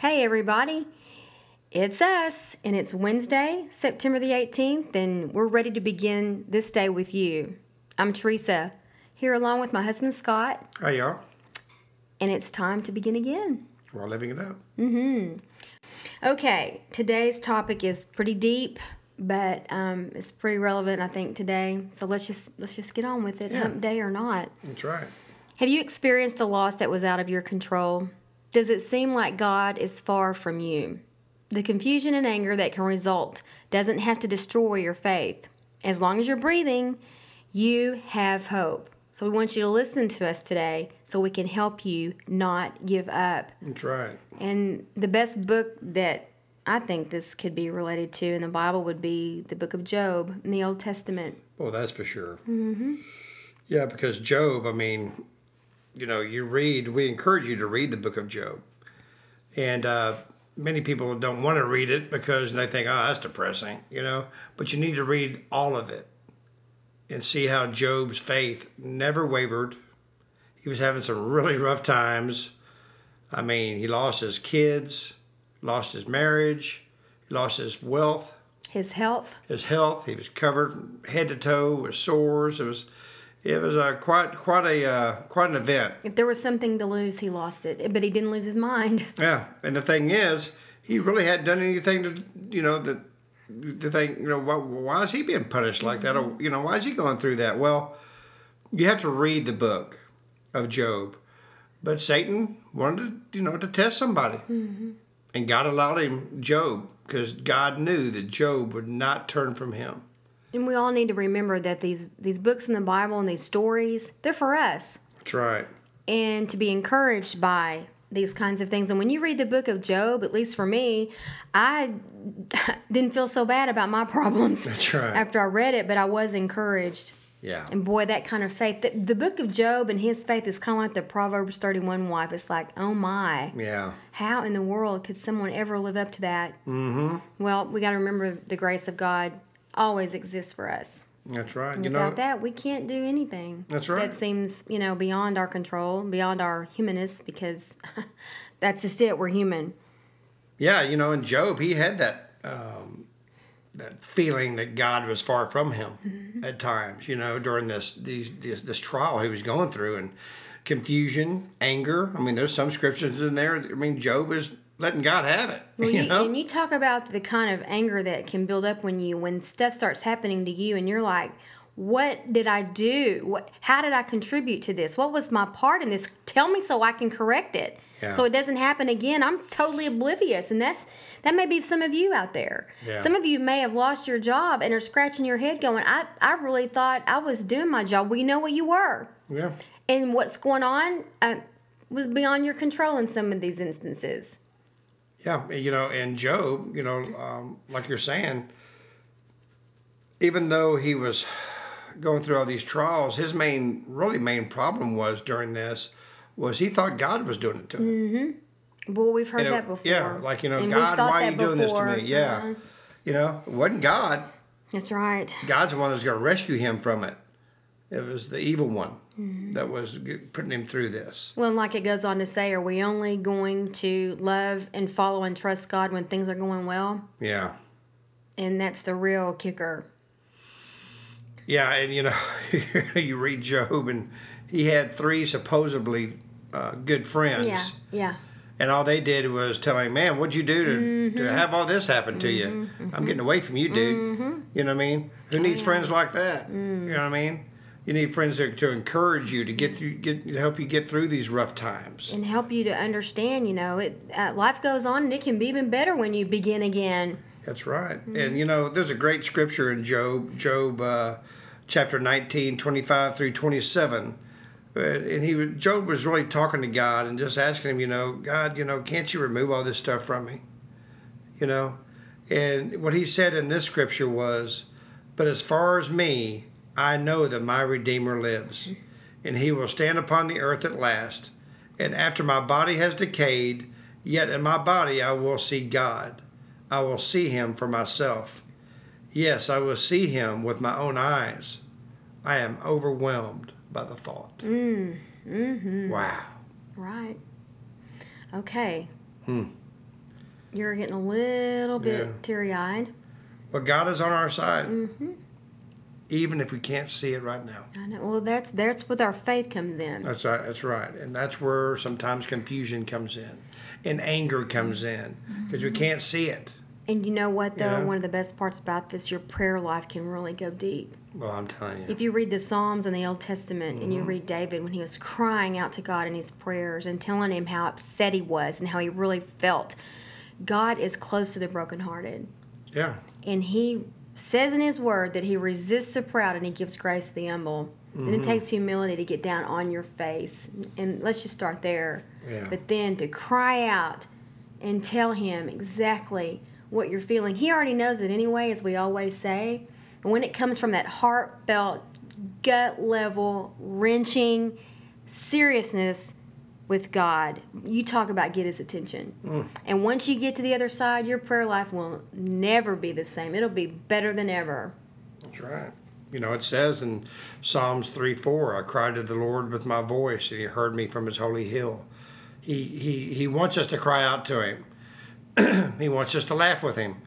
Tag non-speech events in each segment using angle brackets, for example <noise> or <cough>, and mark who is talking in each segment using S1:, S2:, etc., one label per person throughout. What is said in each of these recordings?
S1: Hey, everybody. It's us, and it's Wednesday, September the 18th, and we're ready to begin this day with you. I'm Teresa, here along with my husband Scott,
S2: Hey y'all,
S1: and it's time to begin again.
S2: we're all living it up.
S1: Okay, today's topic is pretty deep, but um, it's pretty relevant, I think, today. So let's just let's just get on with it, hump day or not.
S2: That's right.
S1: Have you experienced a loss that was out of your control? Does it seem like God is far from you? The confusion and anger that can result doesn't have to destroy your faith. As long as you're breathing, you have hope. So we want you to listen to us today so we can help you not give up.
S2: That's right.
S1: And the best book that I think this could be related to in the Bible would be the book of Job in the Old Testament.
S2: Well, that's for sure. Mm-hmm. Yeah, because Job, I mean, you know, you read, we encourage you to read the book of Job. And uh, many people don't want to read it because they think, oh, that's depressing, you know. But you need to read all of it and see how Job's faith never wavered. He was having some really rough times. I mean, he lost his kids, lost his marriage, he lost his wealth.
S1: His health,
S2: his health. He was covered from head to toe with sores. It was, it was a quite quite a uh, quite an event.
S1: if there was something to lose, he lost it, but he didn't lose his mind.
S2: Yeah, and the thing is, he really hadn't done anything to you know the the thing you know why, why is he being punished like that or you know why is he going through that? Well, you have to read the book of Job, but Satan wanted to, you know to test somebody, and God allowed him Job because God knew that Job would not turn from Him.
S1: And we all need to remember that these these books in the Bible and these stories, they're for us
S2: That's right.
S1: and to be encouraged by these kinds of things. And when you read the book of Job, at least for me, I <laughs> didn't feel so bad about my <laughs> problems
S2: That's right.
S1: after I read it, but I was encouraged.
S2: Yeah.
S1: And boy, that kind of faith. The, the book of Job and his faith is kind of like the Proverbs 31 wife. It's like, oh my,
S2: Yeah.
S1: how in the world could someone ever live up to that? Mm-hmm. Well, we got to remember the grace of God always exists for us.
S2: That's right. You
S1: Without
S2: know,
S1: that, we can't do anything.
S2: That's right.
S1: That seems, you know, beyond our control, beyond our humanness, because <laughs> that's just it. We're human.
S2: yeah, you know, in Job, he had that um, that feeling that God was far from him
S1: Mm-hmm.
S2: at times. You know, during this these this, this trial he was going through and confusion, anger. I mean, there's some scriptures in there. That, I mean, Job is letting God have it. <laughs>
S1: Well,
S2: you,
S1: you,
S2: know,
S1: And you talk about the kind of anger that can build up when you, when stuff starts happening to you, and you're like, "What did I do? What? How did I contribute to this? What was my part in this? Tell me so I can correct it,
S2: Yeah.
S1: so it doesn't happen again." I'm totally oblivious, and that's that may be some of you out there.
S2: Yeah.
S1: Some of you may have lost your job and are scratching your head, going, "I I really thought I was doing my job." Well, you know what you were,
S2: yeah,
S1: and what's going on uh, was beyond your control in some of these instances.
S2: yeah. You know, and Job, you know, um, like you're saying, even though he was going through all these trials, his main, really main problem was during this was he thought God was doing it to him.
S1: Well, we've heard
S2: You know,
S1: Mm, that before.
S2: Yeah, like you know,
S1: And we've
S2: God,
S1: thought
S2: why are
S1: that
S2: you doing this to
S1: before. Uh-huh.
S2: me? Yeah, you know, it wasn't God.
S1: That's right.
S2: God's the one that's going to rescue him from it. It was the evil one
S1: Mm-hmm.
S2: that was g- putting him through this.
S1: Well, and like it goes on to say, are we only going to love and follow and trust God when things are going well?
S2: Yeah,
S1: And that's the real kicker.
S2: yeah, and you know, <laughs> you read Job, and he had three supposedly uh, good friends,
S1: Yeah, yeah.
S2: and all they did was tell him, "Man, what'd you do to, to have all this happen to you? I'm getting away from you, dude." You know what I mean? Who needs friends like that? You know what I mean? You need friends that, to encourage you to get through, get to help you get through these rough times.
S1: And help you to understand, you know, it uh, life goes on and it can be even better when you begin again.
S2: That's right. And you know, there's a great scripture in Job, Job uh, chapter 19, 25 through 27. And, and he, was- Job was really talking to God and just asking him, you know, God, you know, can't you remove all this stuff from me? You know, and what he said in this scripture was, but as far as me, I know that my Redeemer lives, and he will stand upon the earth at last. And after my body has decayed, yet in my body I will see God. I will see him for myself. Yes, I will see him with my own eyes. I am overwhelmed by the thought. Mm-hmm. Wow.
S1: Right. Okay. You're getting a little bit
S2: Hmm. Yeah.
S1: teary eyed.
S2: Well, God is on our side, even if we can't see it right now.
S1: I know. Well, that's that's where our faith comes in.
S2: That's right. That's right. And that's where sometimes confusion comes in, and anger comes in because we can't see it.
S1: and you know what though?
S2: Yeah.
S1: One of the best parts about this, your prayer life can really go deep.
S2: Well, I'm telling you.
S1: If you read the Psalms and the Old Testament, and you read David when he was crying out to God in his prayers and telling him how upset he was and how he really felt, God is close to the brokenhearted.
S2: Yeah.
S1: and he says in his word that he resists the proud and he gives grace to the humble and it takes humility to get down on your face and let's just start there
S2: Yeah.
S1: but then to cry out and tell him exactly what you're feeling he already knows it anyway as we always say and when it comes from that heartfelt gut level wrenching seriousness with God, you talk about get his attention. And once you get to the other side, your prayer life will never be the same. It'll be better than ever.
S2: That's right. You know, it says in Psalms 3 4, I cried to the Lord with my voice, and he heard me from his holy hill. He, he, he wants us to cry out to him, <clears throat> he wants us to laugh with him.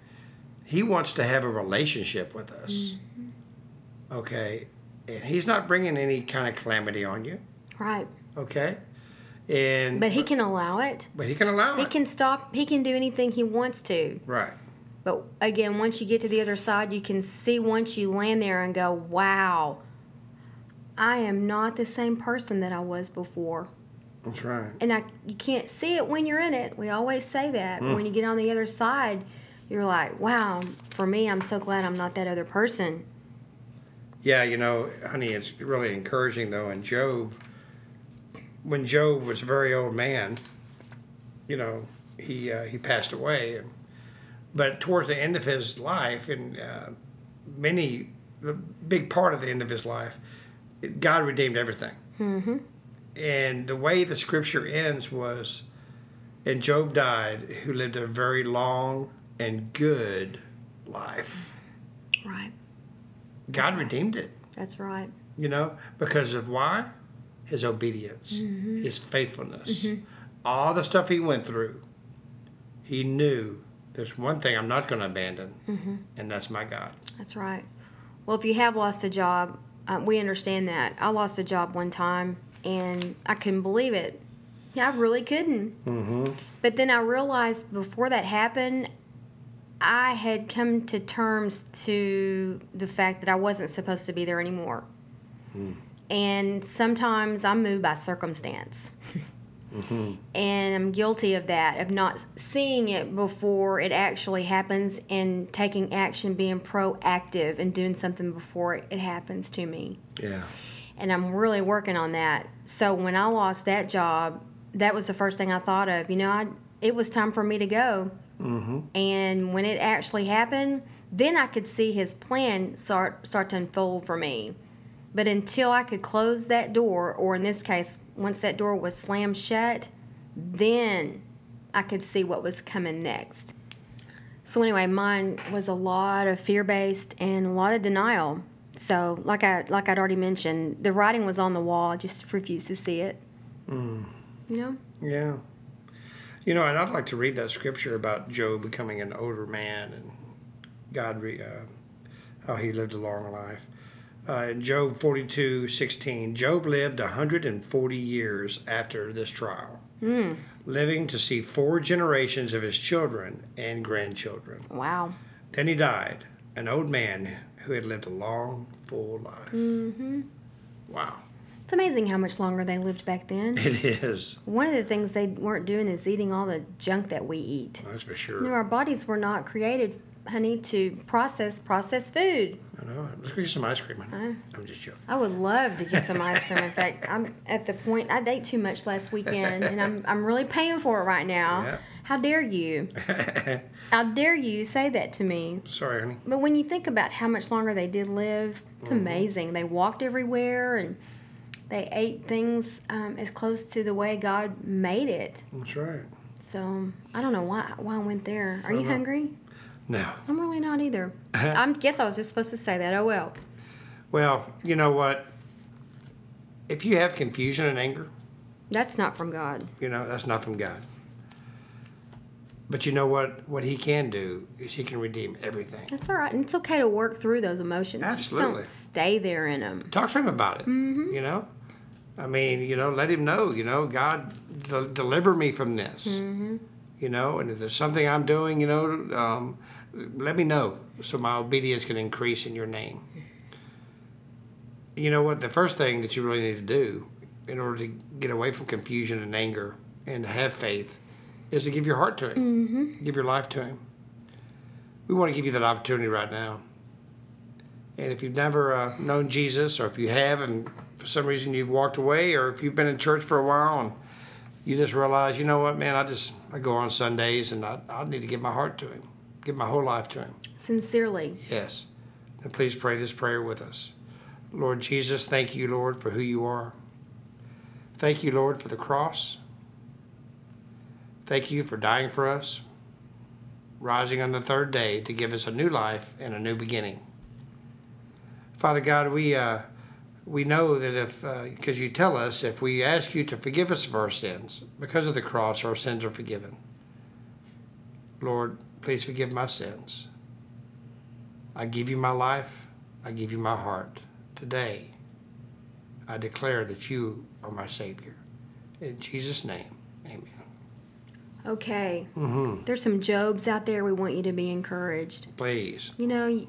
S2: He wants to have a relationship with us.
S1: Mm-hmm.
S2: Okay. And he's not bringing any kind of calamity on you.
S1: Right.
S2: Okay. And
S1: But he can allow it.
S2: but he can allow
S1: He
S2: it.
S1: can stop. He can do anything he wants to.
S2: Right.
S1: But again, once you get to the other side, you can see once you land there and go, wow, I am not the same person that I was before.
S2: That's right.
S1: and I, you can't see it when you're in it. We always say that. But When you get on the other side, you're like, wow, for me, I'm so glad I'm not that other person.
S2: Yeah, you know, honey, it's really encouraging though. And Job, when Job was a very old man, you know, he uh, he passed away. And, but towards the end of his life, and uh, many the big part of the end of his life, God redeemed everything. Mm-hmm. And the way the scripture ends was, and Job died, who lived a very long and good life.
S1: Right.
S2: God redeemed it
S1: That's right.
S2: you know, because of why? His obedience, his faithfulness, all the stuff he went through. He knew there's one thing I'm not going to abandon, and that's my God.
S1: That's right. Well, if you have lost a job, uh, we understand that. I lost a job one time and I couldn't believe it. Yeah, I really couldn't. Mm-hmm. But then I realized before that happened, I had come to terms to the fact that I wasn't supposed to be there anymore. And sometimes I'm moved by circumstance. And I'm guilty of that, of not seeing it before it actually happens and taking action, being proactive and doing something before it happens to me.
S2: Yeah.
S1: And I'm really working on that. So when I lost that job, that was the first thing I thought of. You know, I, it was time for me to go. Mm-hmm. And when it actually happened, then I could see his plan start start to unfold for me. But until I could close that door, or in this case, once that door was slammed shut, then I could see what was coming next. So, anyway, mine was a lot of fear based and a lot of denial. So, like, I, like I'd already mentioned, the writing was on the wall. I just refused to see it. You know?
S2: Yeah. You know, and I'd like to read that scripture about Job becoming an older man and God, re, uh, how he lived a long life. Uh, in Job forty-two sixteen, Job lived 140 years after this trial, living to see four generations of his children and grandchildren.
S1: Wow.
S2: Then he died, an old man who had lived a long, full life. Wow.
S1: It's amazing how much longer they lived back then.
S2: It is.
S1: One of the things they weren't doing is eating all the junk that we eat.
S2: That's for
S1: You know,
S2: sure.
S1: our bodies were not created honey, to process processed food.
S2: I know. Let's go get some ice cream. honey. I'm just joking.
S1: I would love to get some ice cream. In fact, I'm at the point I ate too much last weekend, and I'm I'm really paying for it right now.
S2: Yeah.
S1: How dare you? How dare you say that to me?
S2: <laughs> Sorry, honey.
S1: But when you think about how much longer they did live, it's amazing. They walked everywhere and they ate things um, as close to the way God made it.
S2: That's right.
S1: So I don't know why why I went there. Are you hungry?
S2: No.
S1: I'm really not either. I guess I was just supposed to say that. Oh well.
S2: Well, you know what? If you have confusion and anger,
S1: That's not from God.
S2: you know, that's not from God. But you know what? What he can do is he can redeem everything.
S1: That's all right. And it's okay to work through those emotions. Just
S2: Absolutely.
S1: don't stay there in them.
S2: Talk to him about it. You know? I mean, you know, let him know, you know, God, del deliver me from this. You know, and if there's something I'm doing, you know, um, let me know so my obedience can increase in your name. You know what? The first thing that you really need to do in order to get away from confusion and anger and to have faith is to give your heart to Him, give your life to Him. We want to give you that opportunity right now. And if you've never uh, known Jesus, or if you have, and for some reason you've walked away, or if you've been in church for a while and you just realize, you know what, man, I just I go on Sundays and I, I need to give my heart to Him, give my whole life to Him.
S1: Sincerely.
S2: Yes. And please pray this prayer with us. Lord Jesus, thank you, Lord, for who you are. Thank you, Lord, for the cross. Thank you for dying for us, rising on the third day to give us a new life and a new beginning. Father God, we uh, we know that if because you tell us if we ask you to forgive us of our sins because of the cross, our sins are forgiven. Lord, please forgive my sins. I give you my life. I give you my heart. Today, I declare that you are my Savior. In Jesus' name, amen.
S1: Okay. There's some Jobs out there. We want you to be encouraged.
S2: Please.
S1: You know, y-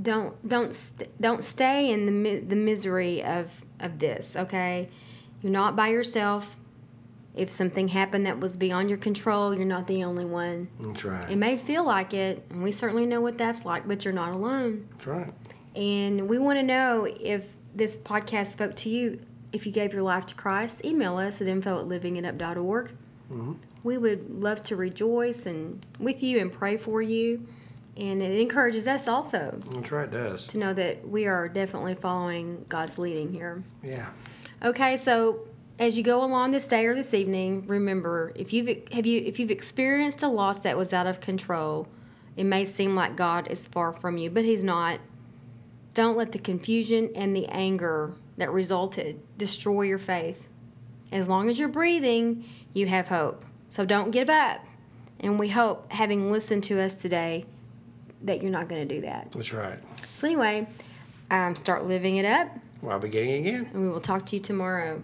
S1: don't don't st- don't stay in the mi- the misery of of this. Okay, you're not by yourself. If something happened that was beyond your control, you're not the only one.
S2: That's
S1: It
S2: right.
S1: may feel like it, and we certainly know what that's like, but you're not alone.
S2: That's right.
S1: And we want to know if this podcast spoke to you. If you gave your life to Christ, email us at info at livingitup.org. We would love to rejoice and with you and pray for you. And it encourages us also
S2: That's right, it does.
S1: to know that we are definitely following God's leading here.
S2: Yeah.
S1: Okay, so as you go along this day or this evening, remember if you've have you if you've experienced a loss that was out of control, it may seem like God is far from you, but He's not. Don't let the confusion and the anger that resulted destroy your faith. As long as you're breathing, you have hope. So don't give up. And we hope, having listened to us today, that you're not going to do that.
S2: That's right.
S1: So, anyway, um, start living it up,
S2: Well, I'll be getting again.
S1: and we will talk to you tomorrow.